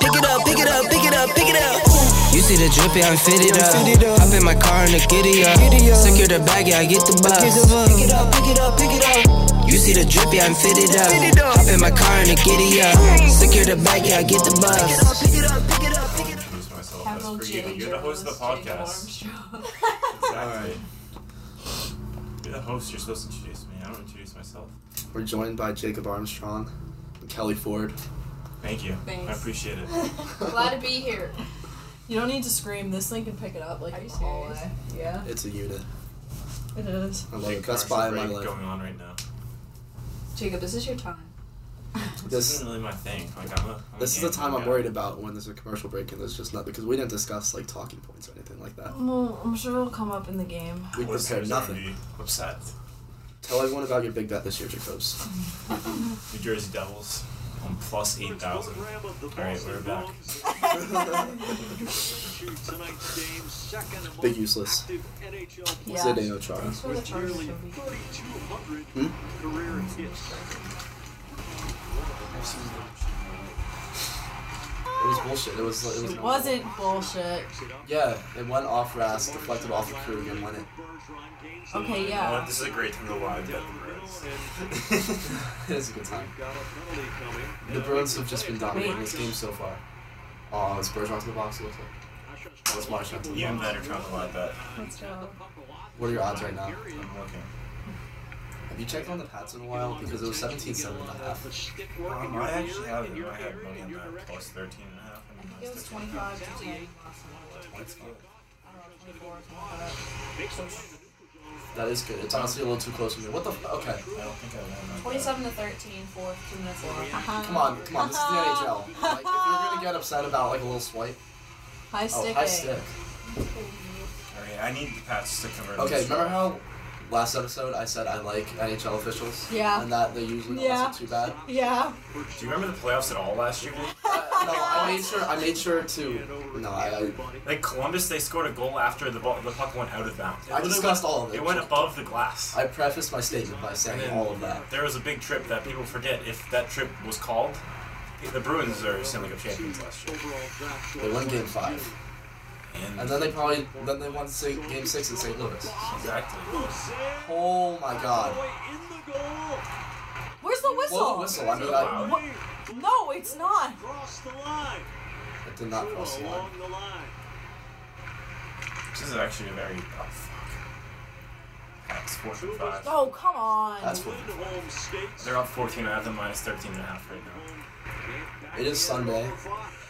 Pick it up, pick it up, pick it up, pick it up. You see the drippy, I'm fitted up. I'm fitted up. Hop in my car and the giddy up. Secure the bag, yeah, I get the bus. Pick it up, pick it up, pick it up. You see the drippy, I'm fitted up. Fitted up. Hop in my car and the giddy up. Secure the bag, yeah, I get the bus. Pick it up, pick it up, pick it up. introduce myself as for you. You're the host of the podcast. Exactly. You're the host. You're supposed to introduce me. I don't introduce myself. We're joined by Jacob Armstrong and Kelly Ford. Thank you. I Thanks. appreciate it. Glad to be here. You don't need to scream. This thing can pick it up like Are you in the hallway. serious? Yeah, It's a unit. it is. I love Big it. Best buy commercial of my break life. going on right now. Jacob, this is your time. This This isn't really my thing. Like I'm a. I'm a this is the game time I'm guy. worried about when there's a commercial break and there's just not because we didn't discuss like talking points or anything like that. Well, I'm sure it'll come up in the game. We prepared Listeners are gonna nothing. be Upset. Tell everyone about your big bet this year, Jacobs. New Jersey Devils on plus eight thousand. All right, we're back. Big useless. Yeah. Zidane Ochara. Thanks for the charges, Toby. Hmm? It was bullshit. It was. It was. It wasn't bullshit. Yeah, it went off Ras, deflected off the crew, and won it. You Okay, know yeah. what? This is a great time to live bet the Reds. it was a good time. The Bruins have just been dominating this game so far. Oh, it's Bergeron's in the box. It looks like. Oh, it's Marchand. You and Matt are trying to live bet. Let's go. What are your odds right now? I'm looking. Have you checked on the Pats in a while? Because it was 17 7 and a half. Um, I actually have it in my head money on that plus thirteen and a half. I think it was 25 to 10 last night. That's fine. I don't know, 24 or something That is good. It's honestly a little too close for me. What the f- Okay. I don't think I won that. like that. 27 to 13, fourth, two minutes left. Uh-huh. Come on, come on. This is the NHL. Like, if you're going to get upset about like a little swipe. High Oh, stick. high A. eh. stick. All right, I need the Pats to convert. Okay, this remember round. how last episode I said I like NHL officials? Yeah. And that they usually don't Yeah. mess up too bad? Yeah. Do you remember the playoffs at all last year? Uh, no, I made sure, I made sure to. No, I. Like Columbus, they scored a goal after the ball, the puck went out of bounds. It I, I literally discussed all of went- it. It went above the glass. I prefaced my statement by saying all of that. There was a big trip that people forget. If that trip was called, the Bruins are Stanley Cup champions last year. They won game five. And And then they probably then they won si game six in St. Louis. exactly. Oh my God! Where's the whistle? Blow the whistle. I mean, I, Wow. Oh, No, it's not. it did not cross the line. This is actually a very oh fuck. Pats four for five. Oh, come on. That's what. They're up 14. I have them minus 13 and a half right now. It is Sunday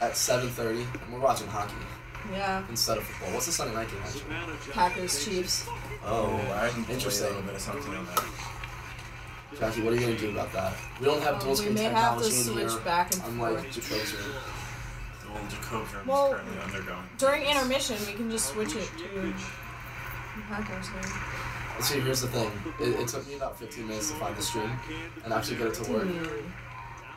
at 7:30, and we're watching hockey yeah. instead of football. What's the Sunday night game? Actually? Packers, Chiefs. Oh, I can play a Interesting. little bit of something on that. Jackie, what are you gonna do about that? We don't have Um, dual we screen may technology have to in here. switch back and unlike forth. Jacobe's room. The old Jacob room Well, is currently undergoing. During intermission, we can just switch it to Packers game. So here's the thing. It, it took me about 15 minutes to find the stream and actually get it to work. Dude.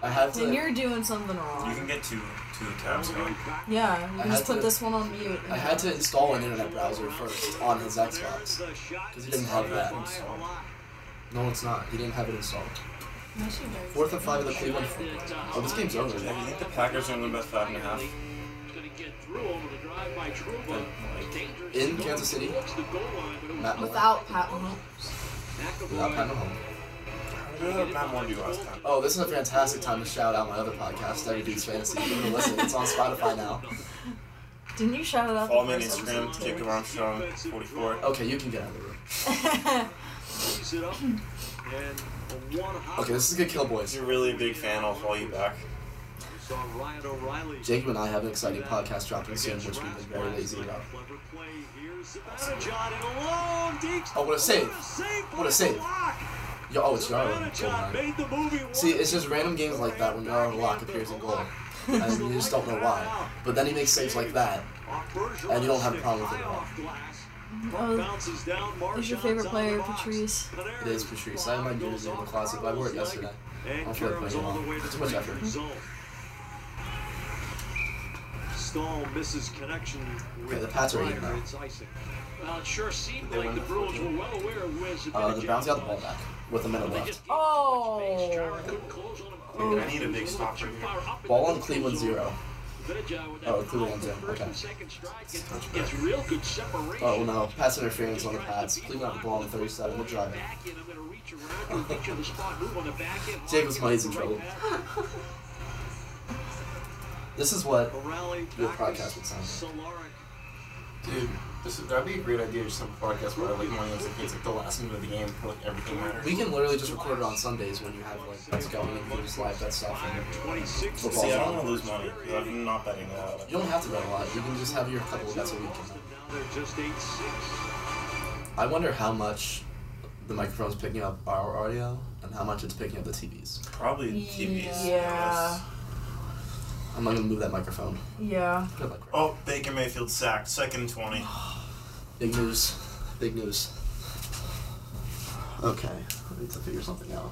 I had Then to. Hmm. you're doing something You wrong. can get two two tabs going. Yeah, you I can just had to- put this one on mute. I had to install an internet browser first on his Xbox because he didn't have that installed. No, it's not. He didn't have it installed. Fourth and five of the Cleveland. Oh, this game's over. I think the Packers are in about five and a half. In Kansas City. Matt Moore. Without Pat Mahomes. Without Pat Mahomes. Matt Moore do last time. Oh, this is a fantastic time to shout out my other podcast, Every Dude's Fantasy. Give it a listen. It's on Spotify now. Didn't you shout it out? Follow me on Instagram, Jacob Armstrong, 44. Okay, you can get out of the room. Okay, this is a good kill, If boys. you're really a big fan, I'll follow you back. Jacob and I have an exciting podcast dropping soon, which we've been very lazy about. Oh, what a save! What a save! Yo, oh, it's Yarwood. Goal line. See, it's just random games like that when Yarwood Lock appears in goal. And you just don't know why. But then he makes saves like that, and you don't have a problem with it at all. Oh, is your favorite player Patrice? It is Patrice. I had my jersey in the closet, but I wore it yesterday. I don't feel like putting it on. It's too much effort. Stahl misses connection with the Pats are Pryor. even now. It's icing. Well, it sure seemed They like won. the Bruins were well aware of Wiz. Uh, the Browns got the ball back with a minute left. Oh. Dude, I need a big stop right here. Ball on Cleveland zero. Oh, Cleveland zero, okay. It's real good separation. Oh no, pass interference on the Pats. Cleveland got the ball on 37. We're driving. Jacob's money's in trouble. This is what Your Your podcast would sound Dude, this is, that'd be a great idea to some podcast where I like money as a it's like the last minute of the game, like everything matters. we can literally just record it on Sundays when you have like that's going and you just live that stuff. And football. See, I don't want to lose money. 'cause I'm not betting a lot. You don't have to bet a lot. You can just have your couple of bets a week. I wonder how much the microphone's picking up our audio and how much it's picking up the TVs. Probably TVs. to be Yeah. honest. I'm not gonna move that microphone. Yeah. Put it like right. Oh, Baker Mayfield sacked. Second 20. Big news. Big news. Okay, I need to figure something out.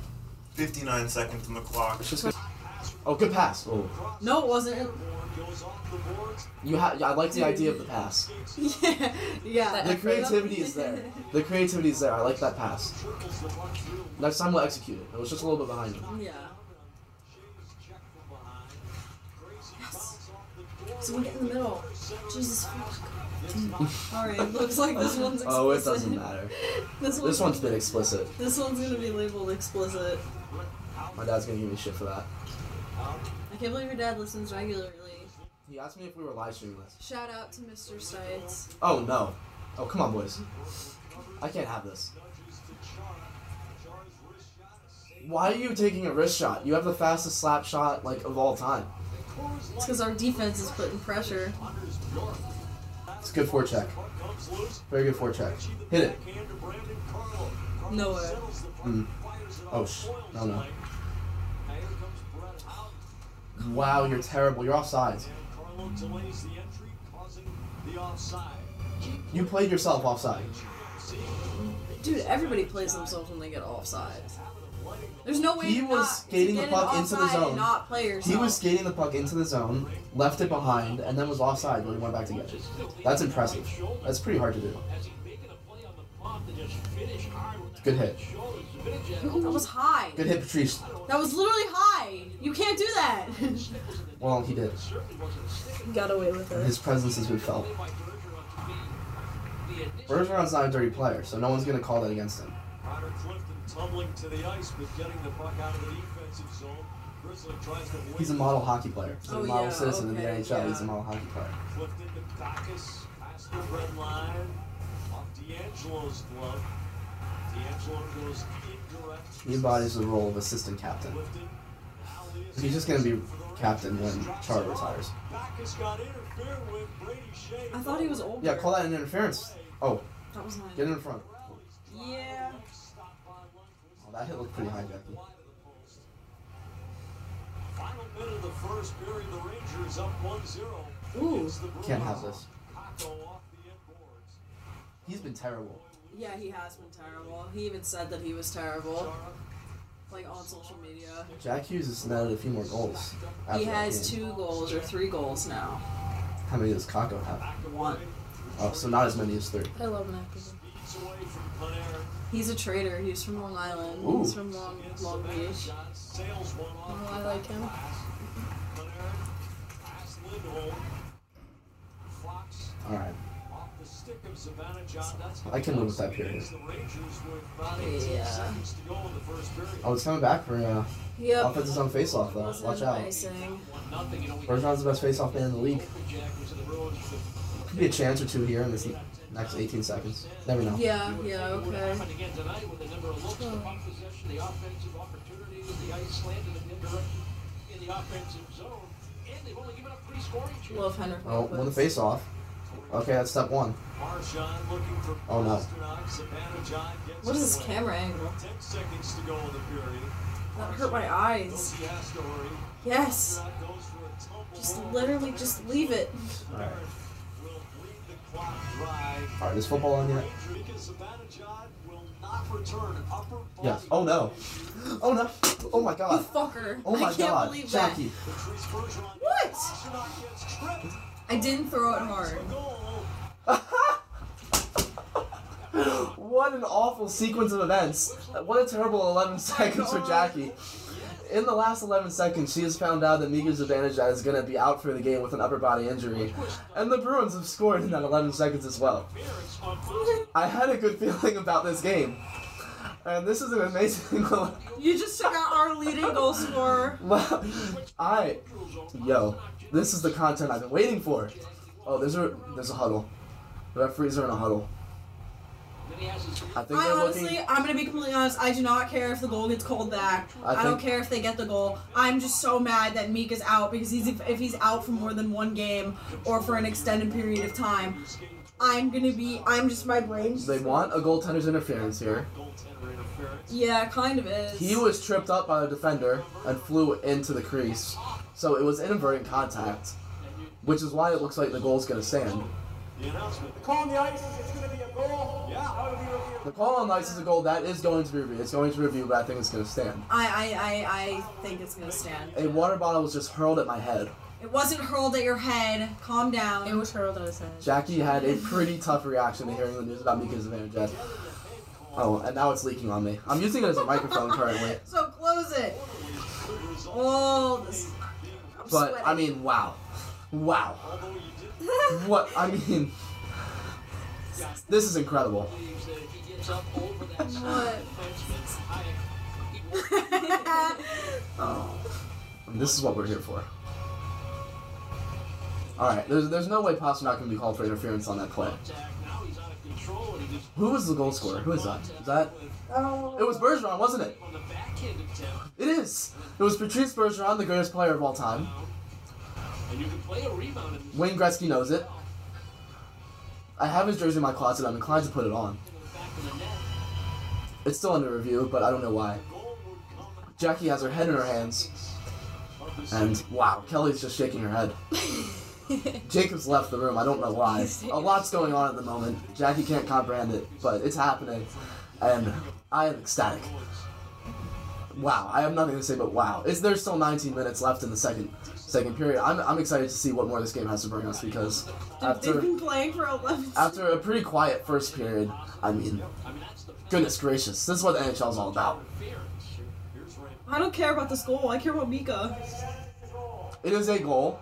59 seconds on the clock. It's just. Oh, good pass. Oh. No, it wasn't. You ha- I like the idea of the pass. yeah. Yeah. The creativity is there. The creativity is there. I like that pass. Next time we'll execute it. It was just a little bit behind you. Yeah. So we get in the middle. Jesus fuck. Alright, looks like this one's explicit. Oh, it doesn't matter. This one's, This one's been explicit. this one's gonna be labeled explicit. My dad's gonna give me shit for that. I can't believe your dad listens regularly. He asked me if we were live streaming this. Shout out to Mr. Stites. Oh no. Oh come on, boys. I can't have this. Why are you taking a wrist shot? You have the fastest slap shot like of all time. It's because our defense is putting pressure. It's a good forecheck. Very good forecheck. Hit it. No way. Oh sh. No no. Wow, you're terrible. You're offside. You played yourself offside. Dude, everybody plays themselves when they get offside. There's no way He to was not, skating to the get puck an into the offside and zone. Not play He yourself. was skating the puck into the zone, left it behind, and then was offside when he went back to get it. That's impressive. That's pretty hard to do. Good hit. That was high. Good hit, Patrice. That was literally high. You can't do that. Well, he did. Got away with His presence has been felt. Bergeron's not a dirty player, so no one's going to call that against him. He's a model hockey player. He's a Oh, model yeah, citizen in the okay, NHL. He's a yeah. model hockey player. Clifton to Dacus, past the red line, off D'Angelo's glove. D'Angelo goes indirect. He embodies the role of assistant captain. Clifton, now is He's just going to be captain when Char retires. Dacus got interfered with, Brady Shea. I thought he was older. Yeah, call that an interference. Oh, That was mine. get in front. Yeah. Oh, that hit looked pretty high, Jackie. Final minute of the first period, the Rangers up 1-0. Ooh. Can't have this. Kako off the end boards. He's been terrible. Yeah, he has been terrible. He even said that he was terrible, like on social media. Jack Hughes has netted a few more goals. after He that has game. two goals or three goals now. How many does Kako have? One. Oh, so not as many as three. I love Mac. Beats away from Panarin. He's a traitor. He's from Long Island. Ooh. He's from Long Long Beach. Shot sails one off. Oh, I like him. Panarin. Pass Lindholm. Fox All right, off the stick of Savannah John. That's I can live with that period. It's the Rangers with about 18 Yeah. seconds to go in the first period. Oh, it's coming back for uh, Yep. offenses on faceoff though. Wasn't Watch out. icing. Bergeron's the best faceoff man in the league. Could be a chance or two here in this next 18 seconds. Never know. Yeah. Yeah. Okay. Love Henry. Oh, won the faceoff. Okay, that's step one. Marchand looking for Oh, no. Pasternak. Savannah John gets What is it this away. camera angle? 10 seconds to go in the period. That hurt my eyes. He has to hurry. Yes. Pasternak goes for a tumble. Just literally just leave it. All right. Will bleed the clock dry. All right, is football on yet? Ranger because Savannah John will not return. Upper body. Yes. Oh no. Oh no. Oh my You God. fucker. Oh my I can't God. believe that. Jackie. Patrice Bergeron. What? Pasternak gets tripped. I I didn't throw it hard. What an awful sequence of events. What a terrible 11 seconds for Jackie. In the last 11 seconds, she has found out that Mika Zibanejad is going to be out for the game with an upper body injury. And the Bruins have scored in that 11 seconds as well. I had a good feeling about this game. And this is an amazing. You just took out our leading goal scorer. I. Yo, this is the content I've been waiting for. Oh, there's a, there's a huddle. The referees are in a huddle. I think I they're honestly, looking. I'm gonna be completely honest. I do not care if the goal gets called back. I I, don't think- care if they get the goal. I'm just so mad that Meek is out because he's if, if he's out for more than one game or for an extended period of time, I'm gonna be. I'm just my brain's. They want a goaltender's interference here. Yeah, kind of is. He was tripped up by the defender and flew into the crease. So it was inadvertent contact, which is why it looks like the goal's going to stand. The announcement. Call on the ice. It's going to be a goal. Yeah. How do you The call on ice is a goal. That is going to be reviewed. It's going to be reviewed, but I think it's going to stand. I, I, I, I think it's gonna stand. A water bottle was just hurled at my head. It wasn't hurled at your head. Calm down. It was hurled at his head. Jackie had a pretty tough reaction to hearing the news about Mika's advantage. Oh, and now it's leaking on me. I'm using it as a microphone currently. so close it. Oh, this. I'm But, sweating. I mean, wow. Wow. Although you did What? I mean, this is incredible. believes that if he gets up over that What? side of the defenseman's Hayek, he won't oh. And this is what we're here for. Alright, there's, there's no way Pasternak can be called for interference on that play. attack. Now he's out of control and he just Who was the goal scorer? Who is that? Is that? Oh. It was Bergeron, wasn't it? on the backhand attempt. It is! It was Patrice Bergeron, the greatest player of all time. And you can play a rebound in Wayne Gretzky knows it. I have his jersey in my closet. I'm inclined to put it on. the back of the net. It's still under review, but I don't know why. Jackie has her head in her hands, and wow, Kelly's just shaking her head. Jacob's left the room. I don't know why. A lot's going on at the moment. Jackie can't comprehend it, but it's happening, and I am ecstatic. Wow, I have nothing to say but wow. Is there's still 19 minutes left in the second second period? I'm, I'm excited to see what more this game has to bring us because They've after been playing for 11 after a pretty quiet first period, I mean, goodness gracious, this is what the NHL is all about. I don't care about the goal. I care about Mika. It is a goal.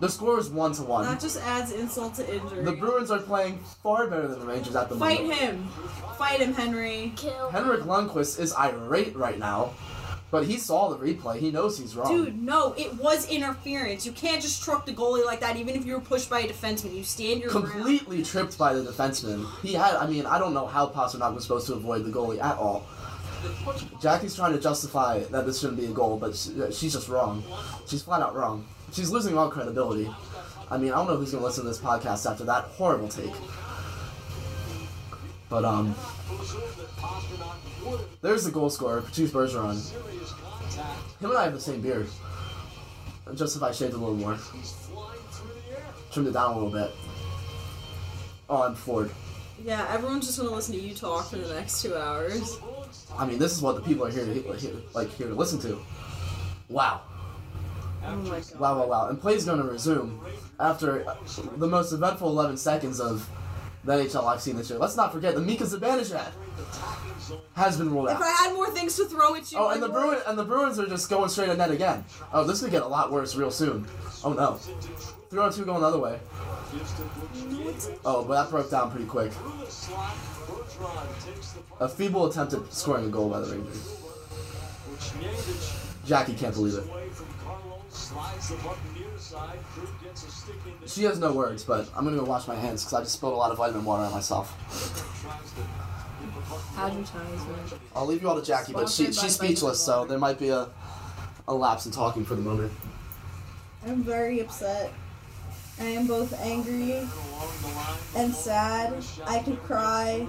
The score is one to one. That just adds insult to injury. The Bruins are playing far better than the Rangers at the Fight moment. him. Fight him, Henry. Kill. Henrik Lundqvist is irate right now, but he saw the replay. He knows he's wrong. Dude, no, it was interference. You can't just truck the goalie like that, even if you were pushed by a defenseman. You stand your ground. Completely tripped by the defenseman. He had, I mean, I don't know how Pasternak was supposed to avoid the goalie at all. Jackie's trying to justify that this shouldn't be a goal, but she, uh, she's just wrong. She's flat out wrong. She's losing all credibility. I mean, I don't know who's gonna listen to this podcast after that horrible take. But um, there's the goal scorer, Patrice Bergeron. Him and I have the same beard. Just if I shaved a little more, trimmed it down a little bit. Oh, I'm floored. Yeah, everyone's just gonna listen to you talk for the next two hours. I mean, this is what the people are here to here, like here to listen to. Wow. Oh my god. Wow, wow, wow. And play's going to resume after the most eventful 11 seconds of the NHL I've seen this year. Let's not forget the Mika Zibanejad has been ruled If I out. had more things to throw at you, Oh, I and the would. Bruins and the Bruins are just going straight at net again. Oh, this could get a lot worse real soon. Oh no, three on two going the other way. Oh, but that broke down pretty quick. A feeble attempt at scoring a goal by the Rangers. Jackie can't believe it. She has no words, but I'm gonna go wash my hands because I just spilled a lot of vitamin water on myself. Advertisement. I'll leave you all to Jackie, but she, Sponsored by she's speechless, so Vitamin Water. there might be a, a lapse in talking for the moment. I'm very upset. I am both angry and sad. I could cry.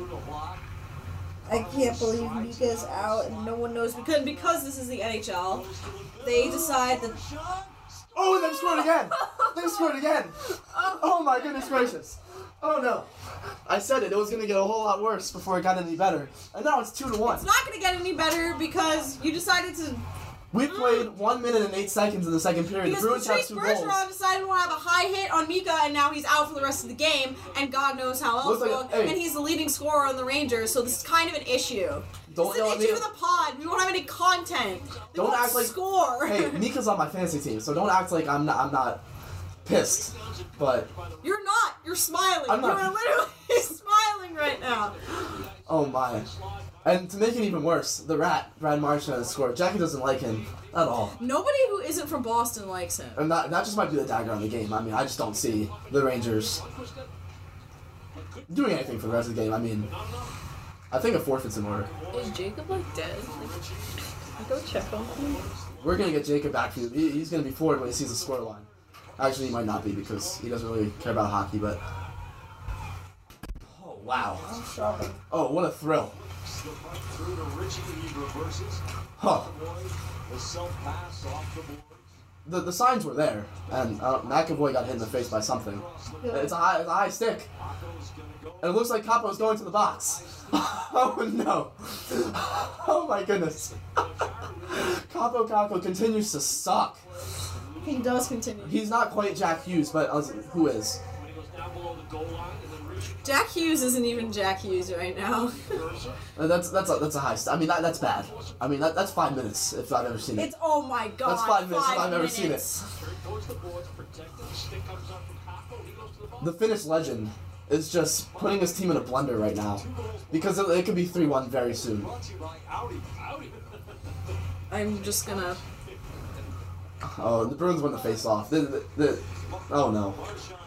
I can't believe Mika's out and no one knows because because this is the NHL. They decide that Oh, they've scored again! They've scored again! Oh my goodness gracious! Oh no! I said it, it was gonna get a whole lot worse before it got any better. And now it's 2 to 1. it's not going to get any better because you decided to We played one minute and eight seconds in the second period. The Because Bruins have Patrice two goals. Bergeron decided to have a high hit on Mika, and now he's out for the rest of the game, and God knows how else. Looks like- long, hey. And he's the leading scorer on the Rangers, so this is kind of an issue. Don't This is yell an at issue me. for the pod. We won't have any content. We Don't won't act like- score. Hey, Mika's on my fantasy team, so don't act like I'm not. I'm not pissed. But You're not. You're smiling. I'm not. You are literally smiling right now. oh my! And to make it even worse, the rat Brad Marchand scored. Jackie doesn't like him at all. Nobody who isn't from Boston likes him. And that that just might be the dagger on the game. I mean, I just don't see the Rangers doing anything for the rest of the game. I mean, I think a forfeit's in order. Is Jacob like dead? Like, go check on him. We're gonna get Jacob back. He, he's gonna be floored when he sees the scoreline. Actually, he might not be because he doesn't really care about hockey. But oh wow! I'm shocked. Oh, what a thrill! The fight through to Richie. He reverses. Huh? Boyd, the self pass off the boards. The, the signs were there, and uh, McAvoy got hit in the face by something. It's a high, it's a high stick, Paco's gonna go. and it looks like Capo's going to the box. oh no! oh my goodness! Capo Caco continues to suck. He does continue. He's not quite Jack Hughes, but uh, who is? When he goes down below the goal line and then Richie Jack Hughes isn't even Jack Hughes right now. Uh, That's that's a, that's a high. St- I mean that, that's bad. I mean that, that's five minutes if I've ever seen it. it's oh my god. That's five minutes if I've ever seen minutes. it. goes to the boards, protected. The stick comes up from Kako. He goes to the ball. The Finnish legend is just putting his team in a blunder right now because it, it could be three one very soon. Brought to you by Audi. Audi. I'm just gonna. Oh, the Bruins won the face off. The, the, the, oh no,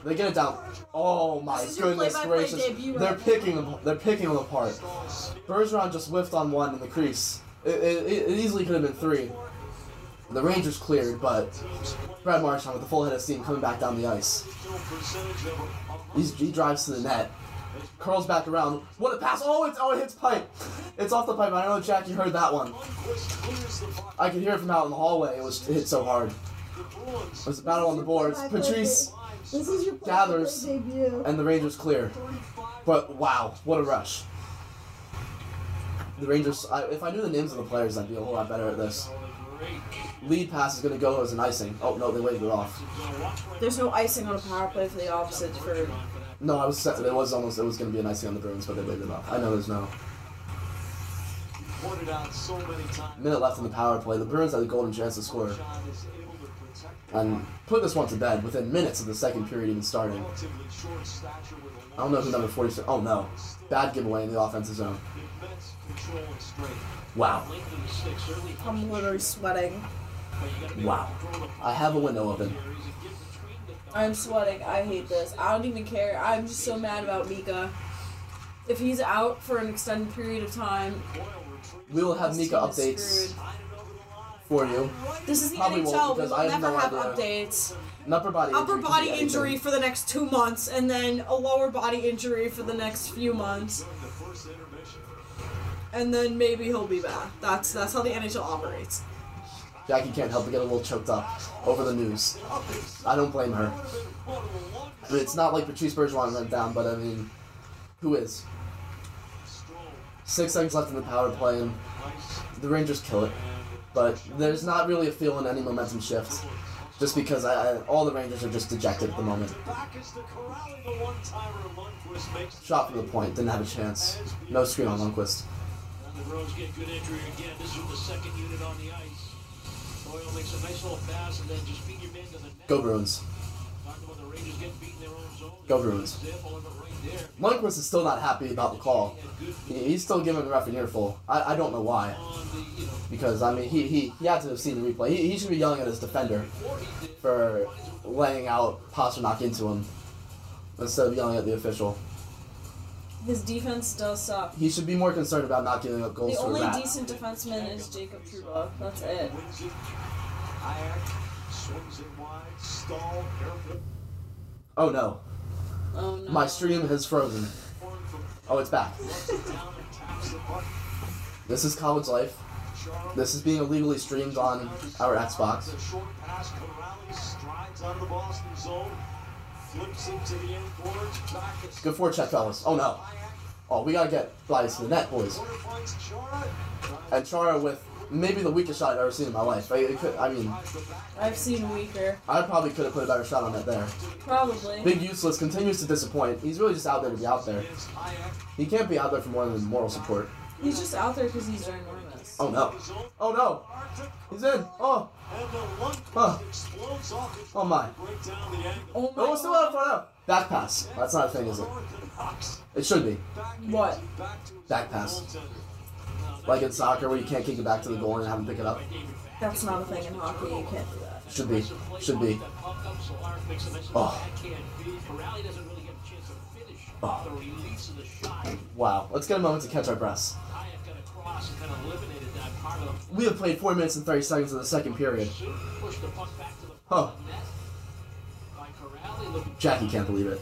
they get it down. Oh my This is your goodness play-by-play gracious! debut right They're now. picking them. They're picking them apart. Bergeron just whiffed on one in the crease. It, it, it- it easily could have been three. The Rangers cleared, but Brad Marchand with the full head of steam coming back down the ice. Percentage of a He's, he drives to the net, curls back around. What a pass! Oh, it's, oh, it hits pipe. It's off the pipe. I know Jack, you heard that one. clears the puck. I could hear it from out in the hallway. It was it hit so hard. The Bruins It was a battle on the boards. Patrice This is your Gathers. play-by-play debut. and the Rangers clear. 35 But wow, what a rush! The Rangers. I, if I knew the names of the players, I'd be a whole lot better at this. Lead pass is gonna go as an icing. Oh no, they waved it off. There's no icing on a power play for the opposite for. No, I was set. It was almost. It was gonna be an icing on the Bruins, but they waved it off. I know there's no pointed out so many times. minute left in the power play. The Bruins had a golden chance to score John is able to protect the and put this one to bed within minutes of the second period even starting. relatively short stature with a I don't know who number 46. Oh no, bad giveaway in the offensive zone. immense control and strength. Wow, Length of the stick certainly helps, I'm literally sweating. but you gotta be wow. able to control the puck. I have a window open. There is a give between the thumb. I'm sweating. I hate this. I don't even care. I'm just so mad about Mika. If he's out for an extended period of time, We will have Mika updates for you. this is the Probably won't, NHL. We because will I have never no have idea. updates. An upper body Upper injury could body be anything. injury for the next two months, and then a lower body injury for the next few months, and then maybe he'll be back. That's that's how the NHL operates. Jackie can't help but get a little choked up over the news. I don't blame her. But it's not like Patrice Bergeron went down, but I mean, who is? Six seconds left in the power play, and the Rangers kill it. But there's not really a feeling any momentum shift, just because I, I, all the Rangers are just dejected at the moment. Back is the corralling the one-timer. Lundqvist makes Shot from the point, didn't have a chance. No screen on Lundqvist. And the Rose get good injury again. This is the second unit on the ice. Boyle makes a nice little pass and then just feed your man to the net. Go Bruins. Talking about the Rangers getting beat in their own zone. Go Bruins. Example of it right there. Lundqvist is still not happy about the call. He, he's still giving the ref an earful. I, I don't know why. On the, you know, because I mean he he, he had to have seen the replay. He, he should be yelling at his defender for laying out Pasternak into him instead of yelling at the official. His defense does suck. He should be more concerned about not giving up goals The to a only rat. decent defenseman is Jacob Trouba. That's it. wins it. Hayek swings it wide. Stall airfield oh no, Oh no. my stream has frozen. Oh, it's back. down and taps the puck. This is college life. Chara This is being illegally streamed on our Xbox. The short pass. Corrales strides out of the Boston zone. Flips it to the end board. Back is Good forecheck, fellas. Oh no. Hayek. Oh, we gotta get flies to the net, boys. Corner finds Chara. And Chara with maybe the weakest shot I've ever seen in my life. I, it could, I mean, I've seen weaker. I probably could have put a better shot on that there. Probably. Big Useless continues to disappoint. He's really just out there to be out there. He can't be out there for more than moral support. He's just out there because he's ginormous. Oh no. Oh no. He's in. Oh. Huh. Oh Oh my. my. Oh, it's still out in front of. Back pass. That's not a thing, is it? It should be. What? Back pass. Like in soccer where you can't kick it back to the goal and have them pick it up. That's not a thing in hockey. You can't do that. Should be. Should be. Oh. Oh. Wow. Let's get a moment to catch our breaths. We have played 4 minutes and 30 seconds of the second period. Huh. Jackie can't believe it.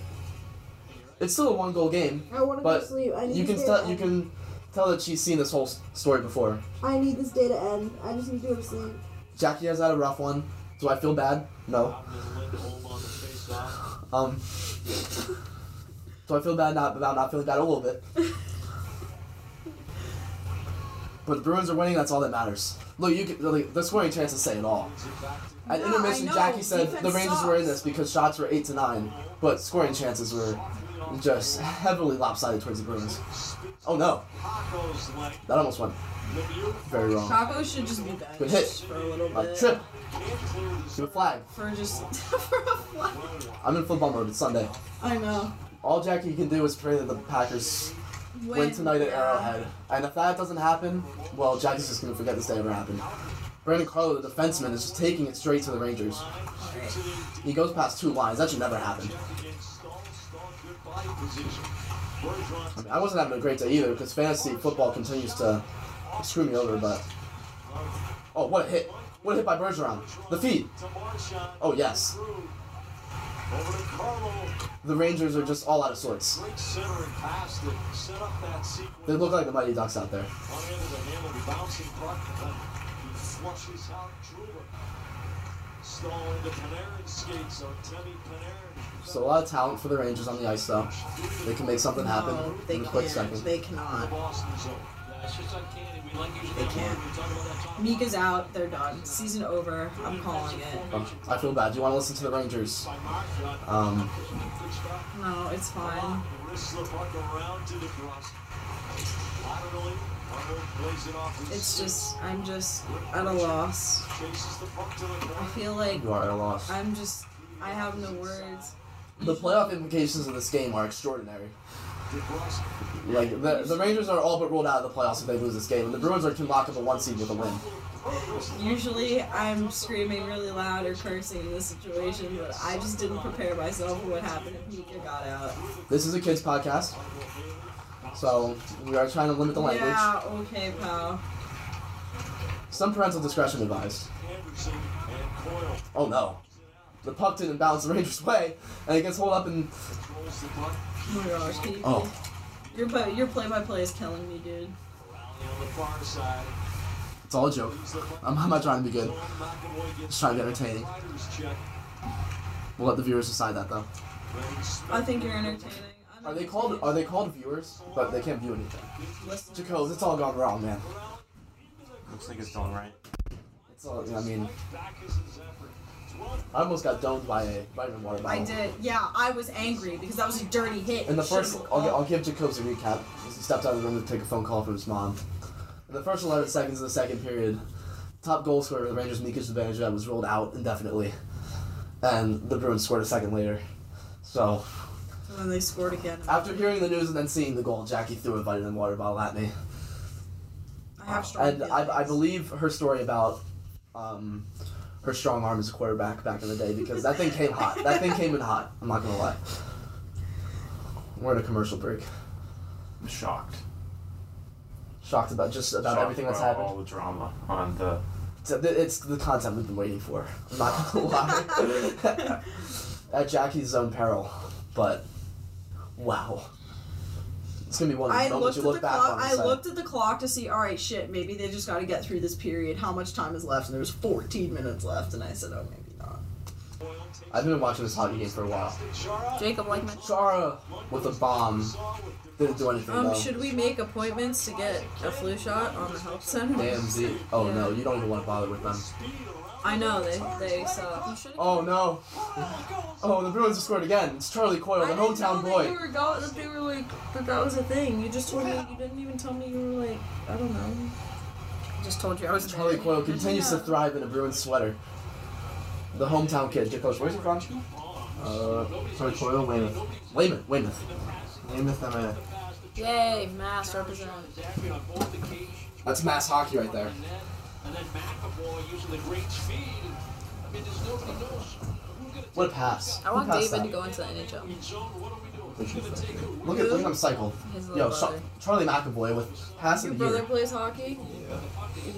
It's still a one goal game. I want to go But to sleep. I need You can this day to tell you end. can tell that she's seen this whole s- story before. I need this day to end. I just need to go to sleep. Jackie has had a rough one. Do I feel bad? No. Um Do I feel bad not about not feeling bad a little bit? But the Bruins are winning, that's all that matters. Look, you can, the, the scoring chances say it all. At Yeah, I intermission, know. Jackie said the Defense Rangers were in sucks. this because shots were 8 to 9, but scoring chances were just heavily lopsided towards the Bruins. Oh no, that almost went very wrong. Chaco should just be back. Good hit. For a little bit. A trip. To the flag. For just. for a fly. I'm in football mode. It's Sunday. I know. All Jackie can do is pray that the Packers When, win tonight at Arrowhead. And if that doesn't happen, well, Jackie's just going to forget this day ever happened. Brandon Carlo, the defenseman, is just taking it straight to the Rangers. He goes past two lines. That should never happen. I, mean, I wasn't having a great day either because fantasy football continues to screw me over, but. Oh, what a hit! What a hit by Bergeron! The feet! Oh, yes. The Rangers are just all out of sorts. They look like the Mighty Ducks out there. So a lot of talent for the Rangers on the ice, though. They can make something happen No, they in a quick can't. second. They cannot. They can't. Mika's out. They're done. Season over. I'm calling it. Um, I feel bad. You want to listen to the Rangers? Um, No, it's fine. It's just. I'm just at a loss. I feel like you are at a loss. I'm just. I have no words. The playoff implications of this game are extraordinary. Like the, the Rangers are all but ruled out of the playoffs if they lose this game, and the Bruins are can lock up a one seed with a win. Usually I'm screaming really loud or cursing in this situation, but I just didn't prepare myself for what happened if Mika got out. This is a kids podcast, so we are trying to limit the language. Yeah, Uh, okay, pal. Oh Some parental discretion advised. Oh no. The puck didn't bounce the Rangers' way, and it gets holed up in. Oh my gosh, can you Oh. please- Your, play- your play-by-play is killing me, dude. It's all a joke. I'm, I'm not trying to be good. Just trying to be entertaining. We'll let the viewers decide that though. I think you're entertaining. I'm Are they called? Are they called viewers? But they can't view anything. Jacobs, it's all gone wrong, man. Looks like it's going right. It's all. I mean, I almost got domed by a vitamin water I bottle. did. Yeah, I was angry because that was a dirty hit. In the It first, should've- I'll, gi- I'll give Jacobs a recap. He stepped out of the room to take a phone call from his mom. In the first 11 seconds of the second period, top goal scorer of the Rangers, Mika Zibanejad, was ruled out indefinitely, and the Bruins scored a second later. So And then they scored again. after hearing the news and then seeing the goal, Jackie threw a vitamin water bottle at me. I have strong And feelings. I, I believe her story about um, her strong arm as a quarterback back in the day because that thing came hot. That thing came in hot. I'm not gonna lie. We're at a commercial break. I'm shocked. Shocked about just about Shocked everything that's about happened. All the drama on the. It's, it's the content we've been waiting for. I'm not gonna lie. at Jackie's own peril, but wow. It's gonna be one of I those looked moments you at look the back clock. on. and I say, looked at the clock to see. All right, shit. Maybe they just got to get through this period. How much time is left? And there was 14 minutes left, and I said, oh, maybe not. I've been watching this hockey game for a while. Jacob Langman. Chara with a bomb didn't do anything Um, though. should we make appointments to get a flu shot on the health center? Damn Z. Oh Yeah. no, you don't even want to bother with them. I know they they suck. Oh no. Oh, the Bruins have scored again. It's Charlie Coyle, the hometown boy. were go- that they were like that, that was a thing. You just told me you didn't even tell me you were like I don't know. Just told you I was Charlie mad. Coyle continues to thrive in a Bruins sweater. The hometown kid. Jake Coach, where's he from? Uh, Charlie Coyle, Weymouth. Weymouth, Weymouth. Weymouth, MA. Yay, mass represent. That's mass hockey right there. And then McAvoy using the great speed. I mean, there's nobody knows. who's gonna What a pass. I want Who passed David to that? go into the NHL. take zone. What are we doing? Look at- Look at him cycle. His little Yo, Char- brother. Charlie McAvoy with pass Your of the brother year. plays hockey.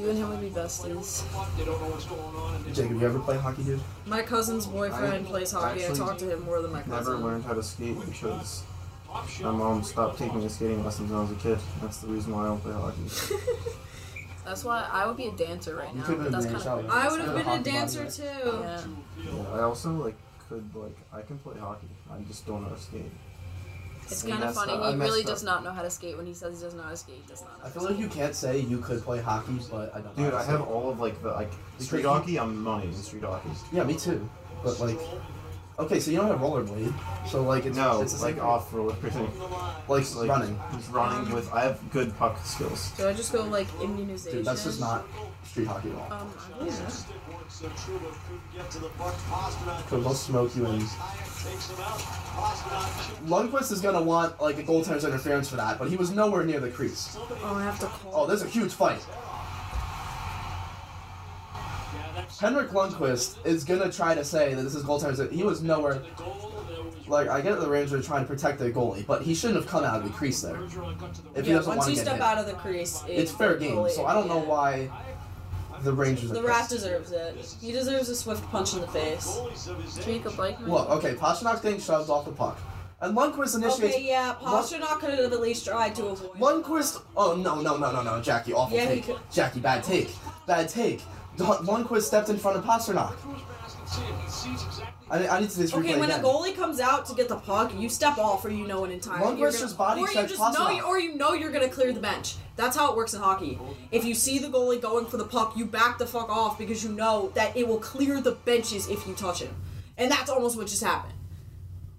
You and him would be besties. They don't know what's going on. And they Jacob, you ever play hockey, dude? My cousin's boyfriend I plays hockey. I actually talk to him more than my Never cousin. learned how to skate because my mom stopped taking me skating lessons when I was a kid. That's the reason why I don't play hockey. That's why I would be a dancer right You now. could But have that's been kind a of child. I would You're have a been a hockey dancer monitor. too. yeah. Yeah, I also like could like I can play hockey. I just don't know how to skate. It's I mean, kind of that's funny. not- I He really messed does up. not know how to skate when he says he doesn't know how to skate. He does not. Know I how to feel like you can't say you could play hockey, but I don't. know Dude, how I to have skate. all of like the like Street- street hockey. I'm money in street hockey. Yeah, me too. But like, okay, so you don't have rollerblade, so like it's No, it's the like same off roller everything. thing. like, Like running. just running with. I have good puck skills. Do I just go like immunization? Dude, that's just not street hockey at all. Um, I don't know. Stick works so true, but couldn't get to the puck. Pasternak Cause they'll smoke you and Hayek takes him out. Pasternak shoots. Lundqvist is gonna want like a goaltender's interference for that, but he was nowhere near the crease. Oh, I have to call. Oh, there's a huge fight. Henrik Lundqvist is gonna try to say that this is goaltender's. He was nowhere. Like I get the Rangers are trying to protect their goalie, but he shouldn't have come out of the crease there. If he yeah, doesn't want once to you get step hit. out of the crease, it- it's fair game. So I don't know yeah. why the Rangers. Are The Rat pissed. deserves it. He deserves a swift punch in the face. skate. Jacob Blakeman. Look, okay, Pasternak's getting shoved off the puck, and Lundqvist initiates. Okay, yeah, Pasternak could have at least tried to avoid. Lundqvist. Oh no no no no no, Jackie, awful Yeah, he take. could- Jackie, bad take, bad take. D- Lundqvist stepped in front of Pasternak. I, I need to see this Okay, replay when again. a goalie comes out to get the puck, you step off, or you know in time. Lundqvist you're just body or you checked just know, Pasternak. or you know you're gonna clear the bench. That's how it works in hockey. If you see the goalie going for the puck, you back the fuck off because you know that it will clear the benches if you touch him, and that's almost what just happened.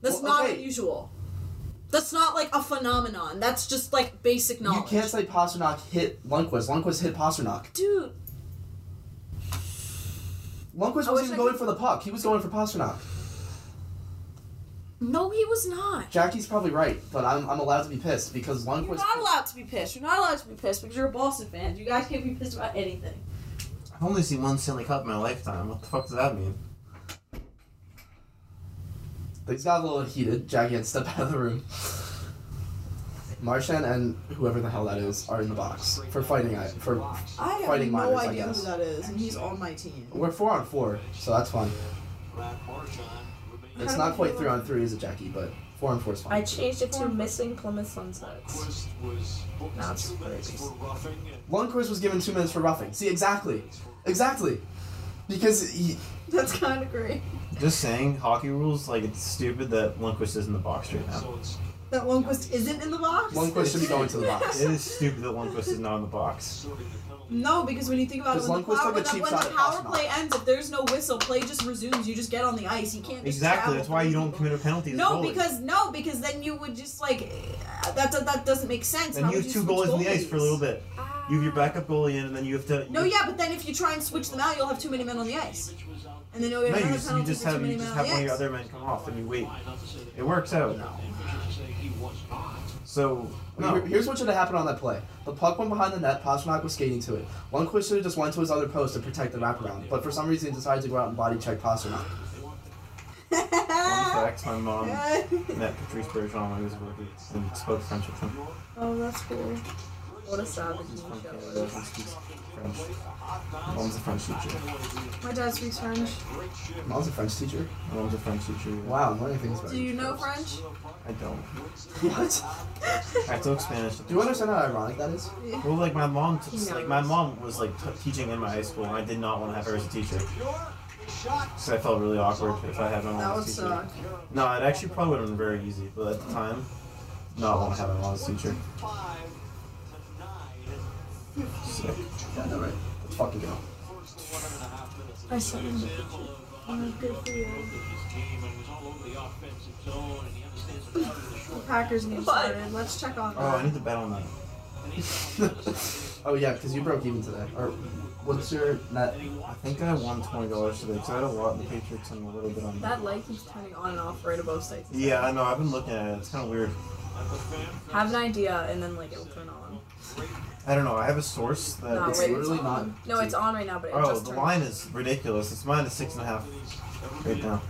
That's Well, not okay. unusual. That's not like a phenomenon. That's just like basic you knowledge. can't say Pasternak hit Lundqvist. Lundqvist hit Pasternak. dude. Lundqvist I wasn't wish even I going could- for the puck. He was going for Pasternak. No, he was not. Jackie's probably right, but I'm, I'm allowed to be pissed because You're Lundqvist. not allowed to be pissed. You're not allowed to be pissed because you're a Boston fan. You guys can't be pissed about anything. I've only seen one Stanley Cup in my lifetime. What the fuck does that mean? Things got a little heated. Jackie had to step out of the room. Marshan and whoever the hell that is are in the box for fighting. I for I have Fighting no minors, I idea who guess. that is, and he's on my team. we're four on four, so that's fun. Brad Marchand remains It's not quite three on three, is it, Jackie? But four on four is fine. I changed it to missing Plymouth Sunsets. was was booked Now it's two minutes thirties. for roughing and Lundqvist was given two minutes for roughing. See, exactly, exactly, because he, That's kind of great. Just saying, hockey rules like it's stupid that Lundqvist is in the box right now. so it's That Lundqvist isn't in the box? Lundqvist should be going to the box. It is stupid that Lundqvist is not in the box. sorting the penalty. No, because when you think about it, Does when the, Lundqvist power, took a when the- cheap when shot the at power Pasternak? play ends, if there's no whistle, play just resumes. You just get on the ice. You can't just Exactly. travel That's why through you don't people. commit a penalty. as a No, goalie. because no, because then you would just like uh, that. That, that doesn't make sense. then How you would have two switch goalies in the ice for a little goalies? bit. You have your backup goalie in, and then you have to. you No, have- yeah, but then if you try and switch them out, you'll have too many men on the ice, and then you'll get No, you another just, you penalty just for too have many you just men have one on of the your ice. other men come off, and you wait. It works out. So No. no, Here's what should have happened on that play. The puck went behind the net, Pasternak was skating to it. Lundqvist should have just went to his other post to protect the wraparound, but for some reason he decided to go out and body check Pasternak. fun fact, my mom met Patrice Bergeron when he was a rookie and spoke French with him. oh, that's cool. What a savage He's from show. Canada and speaks French. My mom's a French teacher. My dad speaks French. Mom's a French teacher. My mom's a French teacher. yeah. Wow, I'm learning things about Do you know French? I don't. What? I took Spanish. Do you understand how ironic that is? Well, like my mom, t- He like knows. my mom was like t- teaching in my high school, and I did not want to have her as a teacher. Because I felt really awkward if I had my That would mom's teacher. suck. No, it actually probably would have been very easy, but at the time, no, I want to have my mom's teacher. Sick. Yeah, I know, right? Let's fucking go. I saw him. good for you. The Packers game started. Let's check on Oh, I that. need to bet on that. Oh yeah, because you broke even today. Or what's your net? I think I won twenty dollars today because I had a lot in the Patriots and a little bit on. That light keeps turning on and off right above sites. Yeah, I know. I've been looking at it. It's kind of weird. Have an idea and then like it'll turn on. I don't know. I have a source that. No, it's wait, literally it's on. not- No, it's on right now, but it oh, just the turned line is ridiculous. It's minus six and a half right now.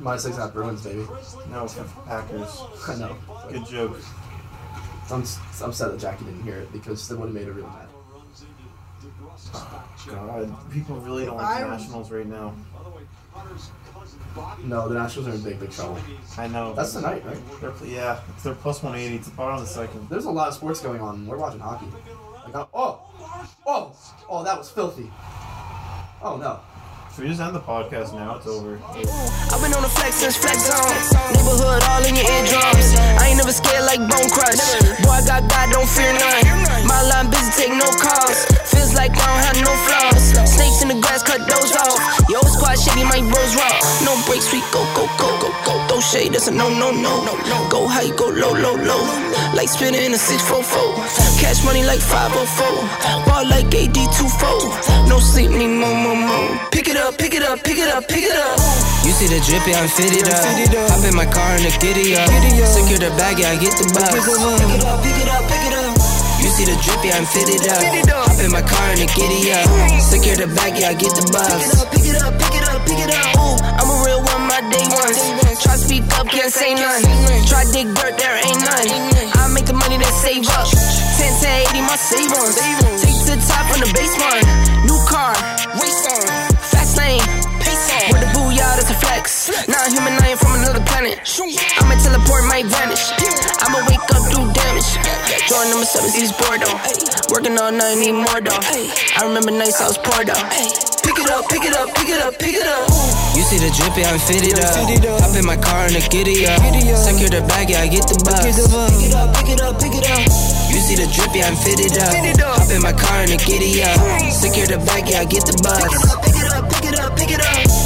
My six half Bruins, baby. No, for Packers. I know. Good joke. I'm, s- I'm sad that Jackie didn't hear it because they would have made her real mad. God, people really don't like I- the Nationals right now. No, the Nationals are in big, big trouble. I know. That's tonight, right? They're, yeah, it's their plus 180. It's about on the second. There's a lot of sports going on. We're watching hockey. Like, oh, oh, oh, oh, that was filthy. Oh no. Should we just end the podcast now? It's over. I've been on the flex since flex zone. Neighborhood all in your eardrums. I ain't never scared like bone crush. Boy, I got God, don't fear none. My line busy, take no calls. Feels like I don't have no flaws. Snakes in the grass, cut those off. Yo, squad shady, my bros raw. No breaks, we go, go, go, go, go. Throw shade, that's a no, no, no. Go high, go low, low, low. Like spinning in a 644. Cash money like 504. Ball like AD24. No sleep, need more, more, more. Pick it up, pick it up, pick it up, pick it up. You see the drippy, I'm fitted up. Hop in my car and the giddy up. Secure the bag, yeah, I get the bus. Pick it up, pick it up, pick it up. You see the drippy, I'm fitted up. Fitted up. Hop in my car and the giddy up. Secure the bag, yeah, I get the Pick bus. it up, pick it up, pick it up, pick it up. Ooh, I'm a real one, my day ones. Try speak up, can't say none. Try dig dirt, there ain't none. I make the money that save up. 10 to 80, my savings. Take to the top on the basement. New car, race on. Fast lane, pace on. With the booyah, that's a flex. Not human, I am from another planet. I'ma teleport, might vanish. I'ma wake up, do damage. Drawing number seven, these bored though. Working all night, need more though. I remember nights I was poor though. Pick it up, pick it up, pick it up, pick it up. You see the drippy, I'm fitted up. Hop in my car and the giddy up. Secure the bag, yeah, I get the bus. Pick it up, pick it up, pick it up. You see the drippy, I'm fitted up. Fitted up. Hop in my car and the giddy up. Secure the bag, yeah, I get the bus. Pick it up, pick it up, pick it up, pick it up.